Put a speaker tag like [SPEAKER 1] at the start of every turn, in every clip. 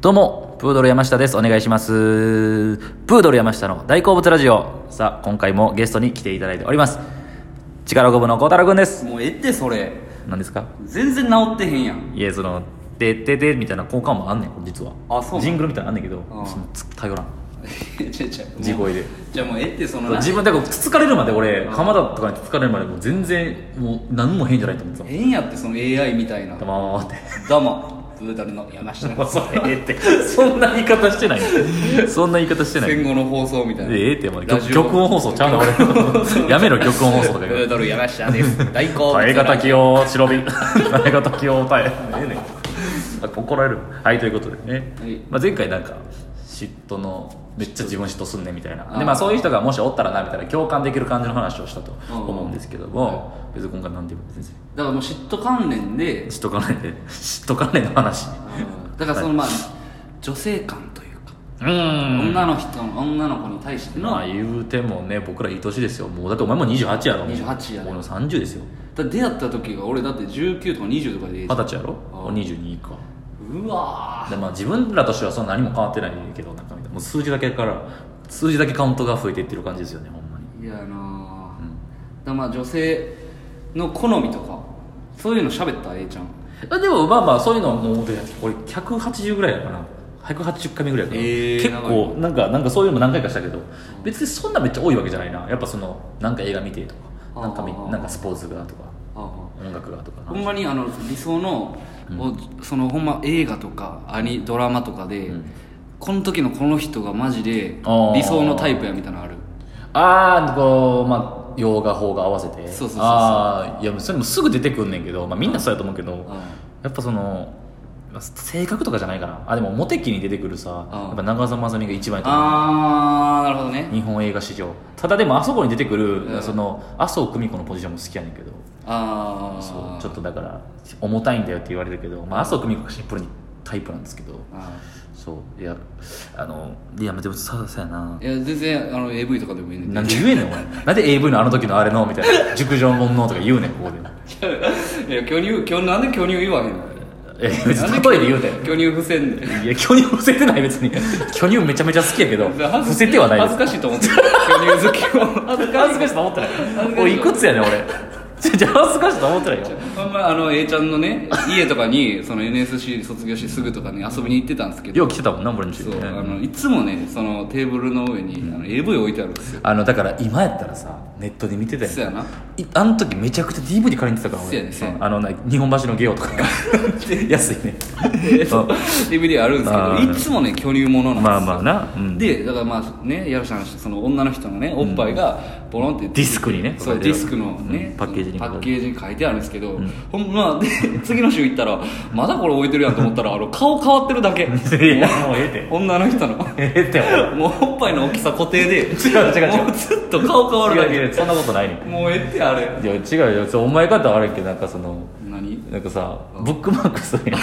[SPEAKER 1] どうも、プードル山下です。お願いします。プードル山下の大好物ラジオ。さあ、今回もゲストに来ていただいております。力こぶの孝太郎くんです。
[SPEAKER 2] もうええってそれ
[SPEAKER 1] 何ですか
[SPEAKER 2] 全然治ってへんやん
[SPEAKER 1] いや、その、でででみたいな効果もあんねん、実は。
[SPEAKER 2] あそうなの
[SPEAKER 1] ジングルみたいなのあんねんけど、
[SPEAKER 2] うん
[SPEAKER 1] そのつ頼らん。
[SPEAKER 2] ちゃちゃ
[SPEAKER 1] 地声で
[SPEAKER 2] じゃあもうええってその
[SPEAKER 1] 自分だからつつかれるまで俺
[SPEAKER 2] うん
[SPEAKER 1] 浜田とかにつつかれるまでもう全然もう何も変じゃないと思ってた
[SPEAKER 2] 変やってその AI みたいな
[SPEAKER 1] たまーって
[SPEAKER 2] どうもプードルの山 下
[SPEAKER 1] もう
[SPEAKER 2] の
[SPEAKER 1] それええってそんな言い方してないそんな言い方してない
[SPEAKER 2] 戦
[SPEAKER 1] え
[SPEAKER 2] 後の放送みたいな
[SPEAKER 1] えってもう
[SPEAKER 2] ラジオ
[SPEAKER 1] 曲音放送ちゃうの俺やめろ曲音放送と
[SPEAKER 2] プ
[SPEAKER 1] か言
[SPEAKER 2] ー
[SPEAKER 1] う
[SPEAKER 2] ドル山 下です大好物
[SPEAKER 1] 耐えがきを白 身耐えがきを耐えええねんあ怒られるはいということでね、
[SPEAKER 2] はい
[SPEAKER 1] まあ、前回なんか嫉妬のめっちゃ自分嫉妬すんねんみたいな
[SPEAKER 2] あー
[SPEAKER 1] でまあそういう人がもしおったらなみたいな共感できる感じの話をしたと思うんですけども、別に今回なんて言うんですか
[SPEAKER 2] だからもう嫉妬関 連で
[SPEAKER 1] 嫉妬関連で嫉妬関連の話
[SPEAKER 2] だからそのまあ女性感というか
[SPEAKER 1] うん
[SPEAKER 2] 女の人の女の子に対しての
[SPEAKER 1] まあ
[SPEAKER 2] だか
[SPEAKER 1] 言うてもね僕らいい年ですよもうだってお前も28やろ
[SPEAKER 2] 28やね
[SPEAKER 1] 俺も30ですよ
[SPEAKER 2] ら出会った時が俺だって19とか20とかで
[SPEAKER 1] 二十歳やろ
[SPEAKER 2] あー
[SPEAKER 1] 俺22か
[SPEAKER 2] うわー
[SPEAKER 1] でまあ自分らとしてはそんな何も変わってないけどなんかみたいなもう数字だけから数字だけカウントが増えていってる感じですよねほんまに
[SPEAKER 2] いやなあ、だからまあ女性の好みとかそういうの喋った A ちゃん
[SPEAKER 1] あでもまあまあそういうのもうで俺180ぐらいやからな180回目ぐらいやから、
[SPEAKER 2] えー
[SPEAKER 1] 結構なんかなんかそういうのも何回かしたけど別にそんなめっちゃ多いわけじゃないなやっぱそのなんか映画見てとかなんかみ
[SPEAKER 2] あー
[SPEAKER 1] なんかスポーツがとか
[SPEAKER 2] あ
[SPEAKER 1] 音楽がとか
[SPEAKER 2] あほんまにあの理想の、おそのほんま映画とかアニドラマとかで、
[SPEAKER 1] うん
[SPEAKER 2] この時のこの人がマジで
[SPEAKER 1] ああ
[SPEAKER 2] 理想のタイプやみたいなのある
[SPEAKER 1] ああこうまあ洋画邦画合わせて
[SPEAKER 2] そうそうそうそう
[SPEAKER 1] ああいやそれもすぐ出てくんねんけど、まあ、みんなそうやと思うけど、
[SPEAKER 2] あ
[SPEAKER 1] やっぱそのまあ性格とかじゃないかなあでもモテ期に出てくるさ、
[SPEAKER 2] うん
[SPEAKER 1] やっぱ長澤まさみが一番やと思う
[SPEAKER 2] あーなるほどね
[SPEAKER 1] 日本映画史上ただでもあそこに出てくる、
[SPEAKER 2] うん
[SPEAKER 1] その麻生久美子のポジションも好きやねんけど
[SPEAKER 2] ああ
[SPEAKER 1] そうちょっ
[SPEAKER 2] と
[SPEAKER 1] とだから重たいんだよって言われるけど、まあ、麻生久美子がシンプルにタイプなんですけど
[SPEAKER 2] あ
[SPEAKER 1] そういやあのいやでもそうそうやな
[SPEAKER 2] あいや全然あの AV とかでもいいねんけ
[SPEAKER 1] な
[SPEAKER 2] ど
[SPEAKER 1] んで言えねんお前なんで AV のあの時のあれのみたいな熟女もんのとか言うねんここで
[SPEAKER 2] いや巨乳巨なんで巨乳言わへんの
[SPEAKER 1] え別
[SPEAKER 2] なん
[SPEAKER 1] に例えで言うて
[SPEAKER 2] 巨乳不せんねん
[SPEAKER 1] いや巨乳伏せてない別に巨乳めちゃめちゃ好きやけど伏せてはないで
[SPEAKER 2] 恥
[SPEAKER 1] す
[SPEAKER 2] ずかしいと思ってる巨乳好きを恥ず
[SPEAKER 1] 恥ずかしいと思ってない
[SPEAKER 2] 恥ずかしい
[SPEAKER 1] おいいくつやねん俺じゃあ恥ずかしいと思ってないよ
[SPEAKER 2] ほんまあの A ちゃんのね家とかにその NSC 卒業してすぐとかに遊びに行ってたんですけど
[SPEAKER 1] よう来てたもんな俺の家
[SPEAKER 2] そう
[SPEAKER 1] にね
[SPEAKER 2] あのいつもねそのテーブルの上にあの AV 置いてあるんですよ
[SPEAKER 1] あのだから今やったらさネットで見てた
[SPEAKER 2] そう
[SPEAKER 1] よ
[SPEAKER 2] やない
[SPEAKER 1] あの時めちゃくちゃ DVD 借りに行ってたから
[SPEAKER 2] そうや
[SPEAKER 1] 俺
[SPEAKER 2] ねそうやね
[SPEAKER 1] あのな日本橋のゲオとか 安いねう
[SPEAKER 2] DVD あるんですけ
[SPEAKER 1] あ
[SPEAKER 2] ど
[SPEAKER 1] ー
[SPEAKER 2] いつもね巨乳ものな
[SPEAKER 1] ん
[SPEAKER 2] んですよ
[SPEAKER 1] まあまあなうん
[SPEAKER 2] でだからまあねやるしゃんその女の人のねおっぱいがボロンって
[SPEAKER 1] ディスクにね
[SPEAKER 2] そうディスクのね、
[SPEAKER 1] うんパッケージに
[SPEAKER 2] パッケージに書いてあるんですけど、ほんまで次の週行ったらまだこれ置いてるやんと思ったらあの顔変わってるだけ
[SPEAKER 1] いやもうええて
[SPEAKER 2] 女の 人の
[SPEAKER 1] ええっておい
[SPEAKER 2] もうおっぱいの大きさ固定で違う
[SPEAKER 1] 違う違う
[SPEAKER 2] もうずっと顔変わるだ
[SPEAKER 1] 違う違うそん
[SPEAKER 2] け
[SPEAKER 1] なことないねん
[SPEAKER 2] もうええってあ
[SPEAKER 1] い
[SPEAKER 2] れ
[SPEAKER 1] や違うよそうお前方悪いけどなんかその
[SPEAKER 2] 何
[SPEAKER 1] なんかさブックマークするやん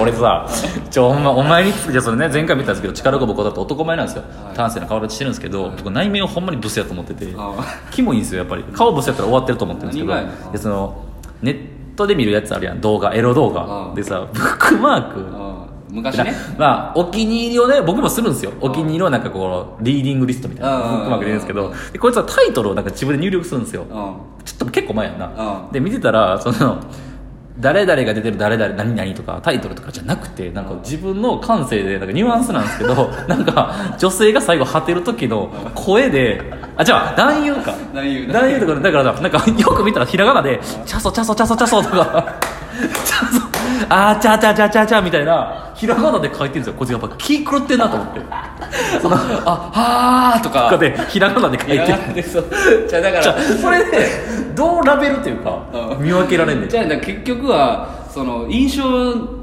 [SPEAKER 1] 俺さちょほんまお前にいやそれね前回見たんですけど力こぼこだと男前なんですよ、
[SPEAKER 2] はい
[SPEAKER 1] 端正な顔立ちしてるんですけど、僕内面をほんまにブスやと思ってて
[SPEAKER 2] あ
[SPEAKER 1] キモいんですよやっぱり顔ブスやったら終わってると思ってるんですけど
[SPEAKER 2] 何がやねん
[SPEAKER 1] いやそのネットで見るやつあるやん動画エロ動
[SPEAKER 2] あ
[SPEAKER 1] 画
[SPEAKER 2] あ
[SPEAKER 1] でさブックマーク
[SPEAKER 2] あ昔ね
[SPEAKER 1] まあ、お気に入りをね、僕もするんですよ。お気に入りのなんかこう、リーディングリストみたいな、ブ
[SPEAKER 2] うん
[SPEAKER 1] ックマークで言うんですけど
[SPEAKER 2] う、
[SPEAKER 1] でこいつはタイトルをなんか自分で入力するんですよ
[SPEAKER 2] う。ん
[SPEAKER 1] ちょっと結構前やんな
[SPEAKER 2] う。ん
[SPEAKER 1] で、見てたら、その、誰々が出てる誰々何々とかタイトルとかじゃなくてなんか自分の感性でなんかニュアンスなんですけ どなんか女性が最後果てる時の声であじゃあ男優か
[SPEAKER 2] 男優
[SPEAKER 1] 男優とかだからなんかよく見たらひらがなで「チャソチャソチャソチャソ」とか「チャソあーチャチャチャチャチャ」みたいなひらがなで書いてるんですよこいつやっぱ気狂ってんなと思ってそのあ
[SPEAKER 2] あはあと
[SPEAKER 1] とか
[SPEAKER 2] か
[SPEAKER 1] でひらがなで書いて
[SPEAKER 2] い
[SPEAKER 1] る
[SPEAKER 2] やなんでそうじゃあだか
[SPEAKER 1] じゃ
[SPEAKER 2] ら
[SPEAKER 1] あそれでどうラベルというか
[SPEAKER 2] うん
[SPEAKER 1] 見分けられんねん
[SPEAKER 2] じゃあだから結局はその印象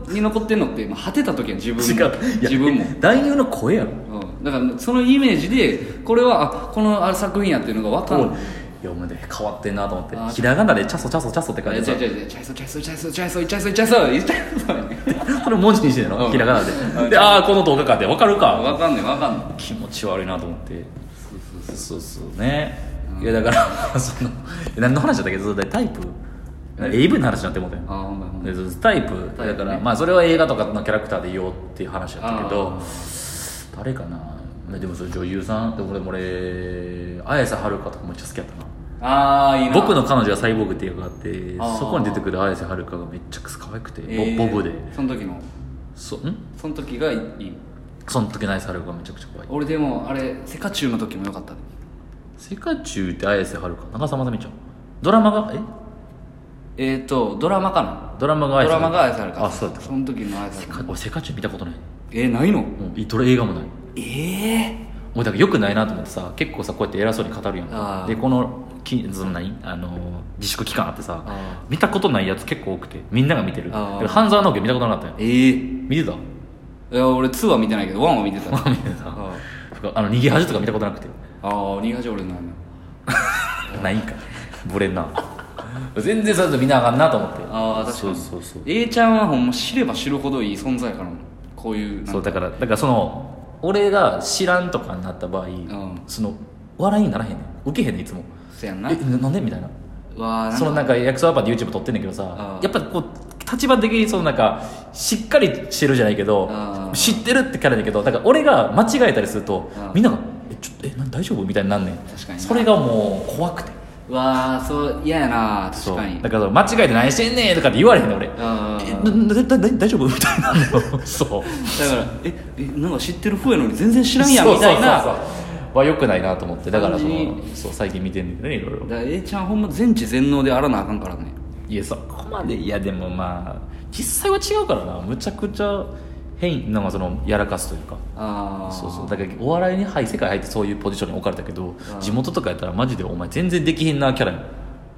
[SPEAKER 2] に残ってんのってまあ果てた時は自分
[SPEAKER 1] 違
[SPEAKER 2] も
[SPEAKER 1] う
[SPEAKER 2] 自分も
[SPEAKER 1] 男優の声やろ
[SPEAKER 2] うんだからそのイメージでこれはあこのあれ作品やっていうのが分かんない
[SPEAKER 1] いやお前ね変わってんなと思って
[SPEAKER 2] あー
[SPEAKER 1] ひらがなでチャソチャソチャソって
[SPEAKER 2] いや
[SPEAKER 1] 感
[SPEAKER 2] 違う
[SPEAKER 1] じで
[SPEAKER 2] 違う違うチャイソチャイソチャイソチャイソチャイソチャイソチャイソチャイソ
[SPEAKER 1] さそれ文字にしてんの
[SPEAKER 2] うん
[SPEAKER 1] ひらがな
[SPEAKER 2] う
[SPEAKER 1] で
[SPEAKER 2] ん
[SPEAKER 1] でああこの動画かって分かるか
[SPEAKER 2] 分かんない分かんない
[SPEAKER 1] 気持ち悪いなと思って そうそうそうねいやだからその何の話だったっけどタイプ AV の話になってもうたよ
[SPEAKER 2] あほんまやほん
[SPEAKER 1] で
[SPEAKER 2] まや
[SPEAKER 1] ずタイプ
[SPEAKER 2] タイプね
[SPEAKER 1] だから、まあそれは映画とかのキャラクターで言おうっていう話だったけど
[SPEAKER 2] あ
[SPEAKER 1] 誰かなでもそれ女優さんでも俺俺綾瀬はるかとかめっちゃ好きやったな
[SPEAKER 2] あーいいな
[SPEAKER 1] 僕の彼女はサイボーグっていう映画があって
[SPEAKER 2] あー
[SPEAKER 1] そこに出てくる綾瀬はるかがめっちゃ可愛くて、ボ
[SPEAKER 2] えー
[SPEAKER 1] ボブで
[SPEAKER 2] その時の
[SPEAKER 1] そん
[SPEAKER 2] その時がいい
[SPEAKER 1] その時の綾瀬はるかがめちゃくちゃ可愛い
[SPEAKER 2] 俺でもあれセカチュウの時もよかったね
[SPEAKER 1] 世界中って綾瀬はるか長澤まさみちゃんドラマがえ
[SPEAKER 2] えっ、ー、とドラマかな
[SPEAKER 1] ドラマが
[SPEAKER 2] ド
[SPEAKER 1] 綾瀬
[SPEAKER 2] ラマが愛
[SPEAKER 1] 瀬
[SPEAKER 2] されか
[SPEAKER 1] あそうだった
[SPEAKER 2] その時の愛され
[SPEAKER 1] か俺世界中見たことない
[SPEAKER 2] えー、ないの
[SPEAKER 1] もういどれ映画もない
[SPEAKER 2] ええ
[SPEAKER 1] もうだからよくないなと思ってさ結構さこうやって偉そうに語るや
[SPEAKER 2] あ
[SPEAKER 1] ん
[SPEAKER 2] ー
[SPEAKER 1] でこのきその何あの自粛期間あってさ
[SPEAKER 2] あ
[SPEAKER 1] 見たことないやつ結構多くてみんなが見てるだ
[SPEAKER 2] あー
[SPEAKER 1] から半沢直樹見たことなかったよ
[SPEAKER 2] えー、
[SPEAKER 1] 見てた
[SPEAKER 2] いや俺2は見てないけど1は見てたあ
[SPEAKER 1] 見てたとかあの逃げ恥とか見たことなくて
[SPEAKER 2] あ逃がし俺ないな
[SPEAKER 1] ないんかブレんな全然そういうの見なあかんなと思って
[SPEAKER 2] ああ確かに
[SPEAKER 1] そうそうそう
[SPEAKER 2] A ちゃんはほんま知れば知るほどいい存在やからなこういうなん
[SPEAKER 1] そう
[SPEAKER 2] か
[SPEAKER 1] だからだからその俺が知らんとかになった場合、
[SPEAKER 2] ん
[SPEAKER 1] その笑いにならへんねん受けへんねんいつも
[SPEAKER 2] せや
[SPEAKER 1] 「
[SPEAKER 2] んな
[SPEAKER 1] えななんで?」みたいな
[SPEAKER 2] わあなんか
[SPEAKER 1] そのなんか役所アパで YouTube 撮ってんねんけどさ
[SPEAKER 2] うん
[SPEAKER 1] やっぱこう立場的にそのなんかしっかりしてるじゃないけど
[SPEAKER 2] うん
[SPEAKER 1] 知ってるってキャラだけどだから俺が間違えたりすると
[SPEAKER 2] うん
[SPEAKER 1] みんなが「えちょっとえな大丈夫?」みたいになんねん
[SPEAKER 2] 確かにな
[SPEAKER 1] それがもう怖くて
[SPEAKER 2] わあそう嫌やな
[SPEAKER 1] そ
[SPEAKER 2] 確
[SPEAKER 1] う
[SPEAKER 2] かに
[SPEAKER 1] だから間違えて何してんねんとかって言われへんねん俺
[SPEAKER 2] あ
[SPEAKER 1] え
[SPEAKER 2] ー
[SPEAKER 1] ななだだ大丈夫み たいなのそう
[SPEAKER 2] だからええなんか知ってる風やのに全然知らんやんみたいな
[SPEAKER 1] そうそうそうは良くないなと思ってだからそ
[SPEAKER 2] 感じ
[SPEAKER 1] の
[SPEAKER 2] に
[SPEAKER 1] そう最近見てんねんけどねいろいろ
[SPEAKER 2] だから A ちゃんほんま全知全能であらなあかんからね
[SPEAKER 1] いやそこまでいやでもまあ実際は違うからなむちゃくちゃ変なんかそのやらかすというか
[SPEAKER 2] ああ
[SPEAKER 1] そうそうだからお笑いに入世界入ってそういうポジションに置かれたけど
[SPEAKER 2] あー
[SPEAKER 1] 地元とかやったらマジでお前全然できへんなキャラやん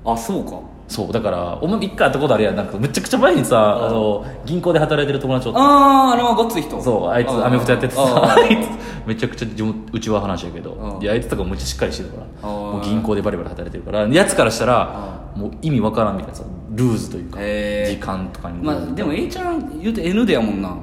[SPEAKER 2] あそうか
[SPEAKER 1] そうだからお前一回会ったことあるやんなんかむちゃくちゃ前にさあの銀行で働いてる友達おった
[SPEAKER 2] あああのごっつい人
[SPEAKER 1] そうあいつアメフトやっててさ
[SPEAKER 2] あ
[SPEAKER 1] あ
[SPEAKER 2] ー
[SPEAKER 1] い つめちゃくちゃ自分うちは話やけど
[SPEAKER 2] うん
[SPEAKER 1] いやあいつとかもめっちゃしっかりしてるから
[SPEAKER 2] あー
[SPEAKER 1] もう銀行でバリバリ働いてるからやつからしたらもう意味わからんみたいなさルーズというか
[SPEAKER 2] へー
[SPEAKER 1] 時間とかに
[SPEAKER 2] まあでも A ちゃん言うて N でやもんな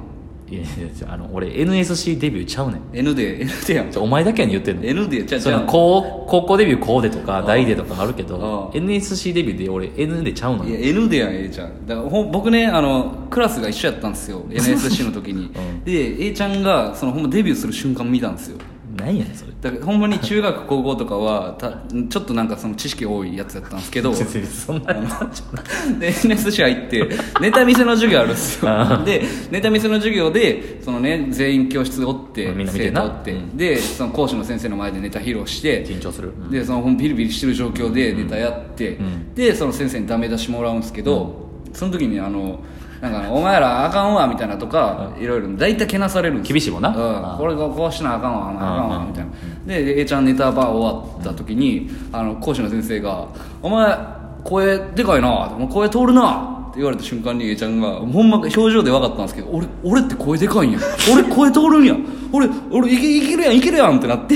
[SPEAKER 2] い
[SPEAKER 1] やいやいやあの俺 NSC デビューちゃうねん
[SPEAKER 2] N で N でやん
[SPEAKER 1] じゃあお前だけやねん言ってんの
[SPEAKER 2] N でじゃあ
[SPEAKER 1] そ
[SPEAKER 2] じゃ
[SPEAKER 1] の
[SPEAKER 2] あ
[SPEAKER 1] 高高校デビューこうでとか大でとかあるけど
[SPEAKER 2] うん
[SPEAKER 1] NSC デビューで俺 N でちゃうの
[SPEAKER 2] いや
[SPEAKER 1] よ
[SPEAKER 2] N でやん A ちゃんだからほん僕ねあのクラスが一緒やったんで すよ NSC の時に、
[SPEAKER 1] ん
[SPEAKER 2] で A ちゃんがそのほんまデビューする瞬間見たんですよ
[SPEAKER 1] 何やねんそれ
[SPEAKER 2] だからほんまに中学高校とかはたちょっとなんかその知識多いやつやったん ですけ ど
[SPEAKER 1] 別にそんなやつなんじゃない
[SPEAKER 2] で NSC 入ってネタ見せの授業あるんです
[SPEAKER 1] あ
[SPEAKER 2] よでネタ見せの授業でそのね全員教室おって
[SPEAKER 1] みんな見てんな
[SPEAKER 2] 生徒おって、
[SPEAKER 1] うん
[SPEAKER 2] でその講師の先生の前でネタ披露して
[SPEAKER 1] 緊張するうん
[SPEAKER 2] でそのほんまビリビリしてる状況でネタやって、
[SPEAKER 1] うん
[SPEAKER 2] でその先生にダメ出しもらうんですけど、その時にあのなんかあのお前らあかんわみたいなとかいろいろ大体けなされるんですよ
[SPEAKER 1] 厳しいもんな
[SPEAKER 2] うん
[SPEAKER 1] あー
[SPEAKER 2] これがこうしなあかんわお前あかん
[SPEAKER 1] う
[SPEAKER 2] わ
[SPEAKER 1] ん
[SPEAKER 2] みたいなでで A ちゃんネタバー終わった時にあの講師の先生が「お前声でかいなお前声通るな」って言われた瞬間に A ちゃんがほんま表情で分かったんですけど「俺俺って声でかいんや俺声通るんや俺俺いけいけるやんいけるやん」ってなって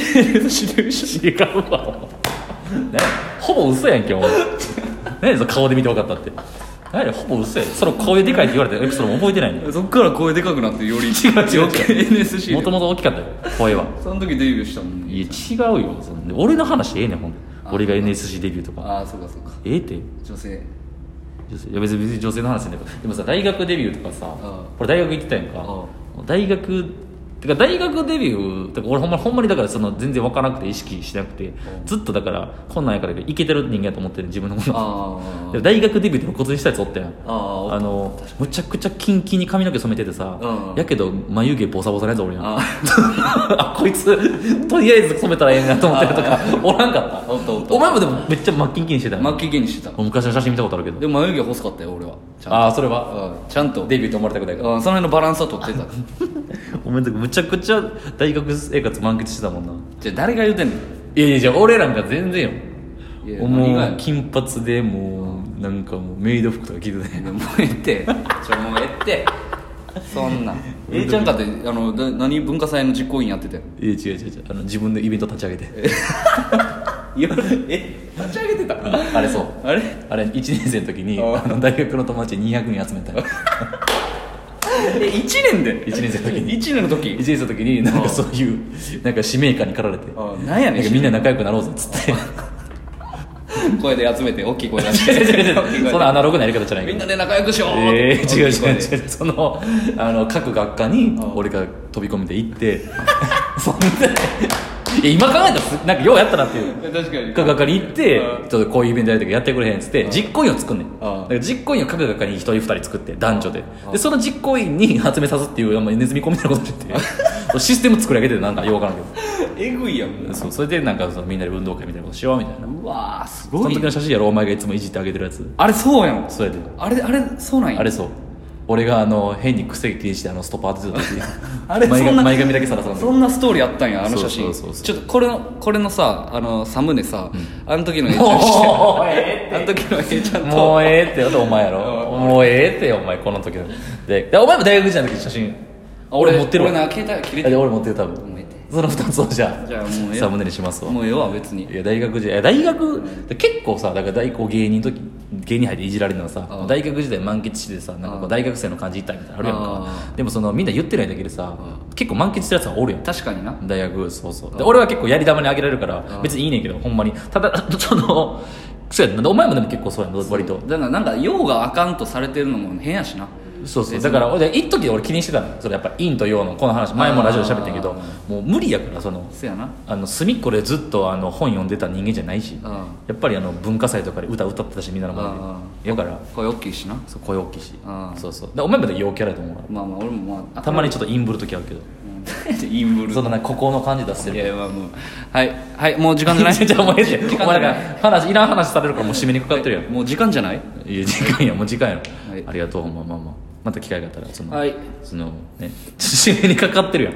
[SPEAKER 1] 違 うわねほぼ嘘やんけお前何やその顔で見て分かったって何やほぼ嘘やんその声でかいって言われたエピソードも覚えてないの
[SPEAKER 2] そっから声でかくなってより
[SPEAKER 1] 違う
[SPEAKER 2] 余計 NSC
[SPEAKER 1] も
[SPEAKER 2] で
[SPEAKER 1] ともと大きかったよ声は
[SPEAKER 2] その時デビューしたもんね
[SPEAKER 1] いや違うよそんで俺の話ええねんほんで俺が NSC デビューとか
[SPEAKER 2] ああそうかそうか
[SPEAKER 1] ええって
[SPEAKER 2] 女性
[SPEAKER 1] 女性いや別に別に女性の話じゃないけどでもさ大学デビューとかさ
[SPEAKER 2] あ
[SPEAKER 1] 俺大学行ってたやん
[SPEAKER 2] あ
[SPEAKER 1] か大学てか大学デビューてか俺ほんまほんまにだからその全然分からなくて意識しなくてずっとだからこんなんやからいけてる人間やと思ってる自分のこと
[SPEAKER 2] あー
[SPEAKER 1] でも大学デビューで露骨にしたやつおったやん
[SPEAKER 2] あー
[SPEAKER 1] あのむちゃくちゃキンキンに髪の毛染めててさ、
[SPEAKER 2] うん
[SPEAKER 1] やけど眉毛ボサボサのやつ俺やん
[SPEAKER 2] あー
[SPEAKER 1] あこいつとりあえず染めたらええなと思ってるとかおらんかった
[SPEAKER 2] おったおった
[SPEAKER 1] お前もでもめっちゃ真っキンキンにしてたやん
[SPEAKER 2] マッキー芸にしてた
[SPEAKER 1] もう昔の写真見たことあるけど
[SPEAKER 2] でも眉毛細かったよ俺はちゃんと
[SPEAKER 1] ああそれは
[SPEAKER 2] うんちゃんと
[SPEAKER 1] デビューと思われたくないから
[SPEAKER 2] うんその辺のバランスは取ってた
[SPEAKER 1] お前んとこむちゃくちゃ大学生活満喫してたもんな
[SPEAKER 2] じゃあ誰が言うてんの
[SPEAKER 1] いやいやじゃあ俺らなんか全然よ
[SPEAKER 2] いや何が
[SPEAKER 1] も
[SPEAKER 2] や
[SPEAKER 1] う金髪でもうなんかもうメイド服とか着てたやん
[SPEAKER 2] もうええって ちょもうええってそんなん A ちゃんかってあのだ何文化祭の実行委員やってて
[SPEAKER 1] いや違う違う違うあの自分のイベント立ち上げて
[SPEAKER 2] 夜え立ち上げてた
[SPEAKER 1] あれそう
[SPEAKER 2] あれ
[SPEAKER 1] あれ1年生の時に
[SPEAKER 2] あ
[SPEAKER 1] あの大学の友達200人集めたよ
[SPEAKER 2] え1年で
[SPEAKER 1] 一年生の時に
[SPEAKER 2] 1年の
[SPEAKER 1] 1
[SPEAKER 2] 時
[SPEAKER 1] 年生の時になんかそういうなんか使命感に駆られて
[SPEAKER 2] あなんやねん
[SPEAKER 1] なんかみんな仲良くなろうぜっつって
[SPEAKER 2] 声で集めて大きい声出して
[SPEAKER 1] 違う 違う違うそんなアナログなやり方じゃない
[SPEAKER 2] みん
[SPEAKER 1] け
[SPEAKER 2] な
[SPEAKER 1] ど
[SPEAKER 2] で仲良くしよう
[SPEAKER 1] えー、違う
[SPEAKER 2] 大きい声
[SPEAKER 1] 違う
[SPEAKER 2] で
[SPEAKER 1] 違うそのあの各学科に俺が飛び込みで行って そんでいや今考えたらすなんかようやったなっていう
[SPEAKER 2] 確かに
[SPEAKER 1] 各学科に行って
[SPEAKER 2] うん
[SPEAKER 1] ちょっとこういうイベントやりたいからやってくれへんっつって実行委員を作んねんだ
[SPEAKER 2] ああ
[SPEAKER 1] から実行委員を各学科に1人2人作って男女ででその実行委員に集めさすっていうあんまネズミ子みたいなことして てシステム作り上げててなんかようわからんけ
[SPEAKER 2] えぐいやんも
[SPEAKER 1] どそうそれでなんかそのみんなで運動会みたいなことしようみたいな
[SPEAKER 2] ううわーす
[SPEAKER 1] その
[SPEAKER 2] ごい
[SPEAKER 1] 時の写真やろお前がいつもいじってあげてるやつ
[SPEAKER 2] あれそうやん
[SPEAKER 1] そうやで
[SPEAKER 2] あれあれそうなんや
[SPEAKER 1] あれそう俺があの変に癖気にしてあのストッパー当ててた時
[SPEAKER 2] あれ
[SPEAKER 1] 前
[SPEAKER 2] そんな
[SPEAKER 1] 髪前髪だけさらさら
[SPEAKER 2] そんなストーリーあったんやあの写
[SPEAKER 1] そ
[SPEAKER 2] 真
[SPEAKER 1] うそうそうそう
[SPEAKER 2] ちょっとこれのこれのさあのサムネさ、あの時の A ちゃん
[SPEAKER 1] もうえ
[SPEAKER 2] あの時の A ちゃ
[SPEAKER 1] え
[SPEAKER 2] ん
[SPEAKER 1] っても
[SPEAKER 2] と
[SPEAKER 1] うええってあとお前やろもうええってお前この時のででお前も大学時代の時の写真
[SPEAKER 2] あ
[SPEAKER 1] 俺持ってるわ
[SPEAKER 2] 俺な携帯切れ
[SPEAKER 1] あ
[SPEAKER 2] て
[SPEAKER 1] で
[SPEAKER 2] る
[SPEAKER 1] 俺持ってる多
[SPEAKER 2] もうええ
[SPEAKER 1] 分
[SPEAKER 2] って
[SPEAKER 1] その2つをじゃあ
[SPEAKER 2] じゃあもうええ
[SPEAKER 1] サムネにしますわ
[SPEAKER 2] もうええわ別に
[SPEAKER 1] いや大学時代いや大学結構さだから大こう芸人の時芸人入っていじられるのはさ
[SPEAKER 2] うん
[SPEAKER 1] 大学時代満喫してさなんかこう大学生の感じいったみたいなのあるやんかでもそのみんな言ってないだけでさ結構満喫してるやつはおるやん
[SPEAKER 2] 確かにな
[SPEAKER 1] 大学そうそうで俺は結構やり玉にあげられるから別にいいねんけどほんまにただ そのそうやんなお前もでも結構そうやんな割と
[SPEAKER 2] だからなんか用があかんとされてるのも変やしな
[SPEAKER 1] そうそうだから俺一時俺気にしてたのそれやっぱ陰と陽のこの話前もラジオで喋ってんけど
[SPEAKER 2] あ
[SPEAKER 1] もう無理やからその
[SPEAKER 2] そうやな
[SPEAKER 1] あの隅っこでずっとあの本読んでた人間じゃないし
[SPEAKER 2] うん
[SPEAKER 1] やっぱりあの文化祭とかで歌歌ってたしみんなの
[SPEAKER 2] あ
[SPEAKER 1] 前でやから
[SPEAKER 2] 声大きいしな
[SPEAKER 1] そう声大きいし
[SPEAKER 2] あ
[SPEAKER 1] そうそうでお前まで陽キャラやと思うか
[SPEAKER 2] まあまあ俺もまあ
[SPEAKER 1] らたまにちょっと陰ぶる時あるけど
[SPEAKER 2] うん インブル
[SPEAKER 1] そのなんかここの感じ出して
[SPEAKER 2] い
[SPEAKER 1] る
[SPEAKER 2] やいやまあもうはいはいもう時間じゃな い
[SPEAKER 1] じゃあお前で
[SPEAKER 2] 時
[SPEAKER 1] お
[SPEAKER 2] 間じゃ
[SPEAKER 1] 前
[SPEAKER 2] な
[SPEAKER 1] ないんか話いらん話されるからもう締めにかかってるやん
[SPEAKER 2] もう時間じゃない
[SPEAKER 1] いや時間やもう時間や、
[SPEAKER 2] はい
[SPEAKER 1] ありがとうほんままあまあまた機会があったらその、
[SPEAKER 2] はい
[SPEAKER 1] そのね締めにかかってるやんい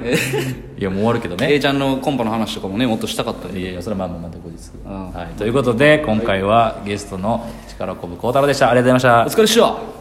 [SPEAKER 1] やもう終わるけどね
[SPEAKER 2] A ちゃんのコンパの話とかもねもっとしたかった
[SPEAKER 1] いやいやそれはまあまあまた後日、
[SPEAKER 2] あ
[SPEAKER 1] はい、ということで今回はゲストの力こぶ孝太郎でしたありがとうございました
[SPEAKER 2] お疲れっした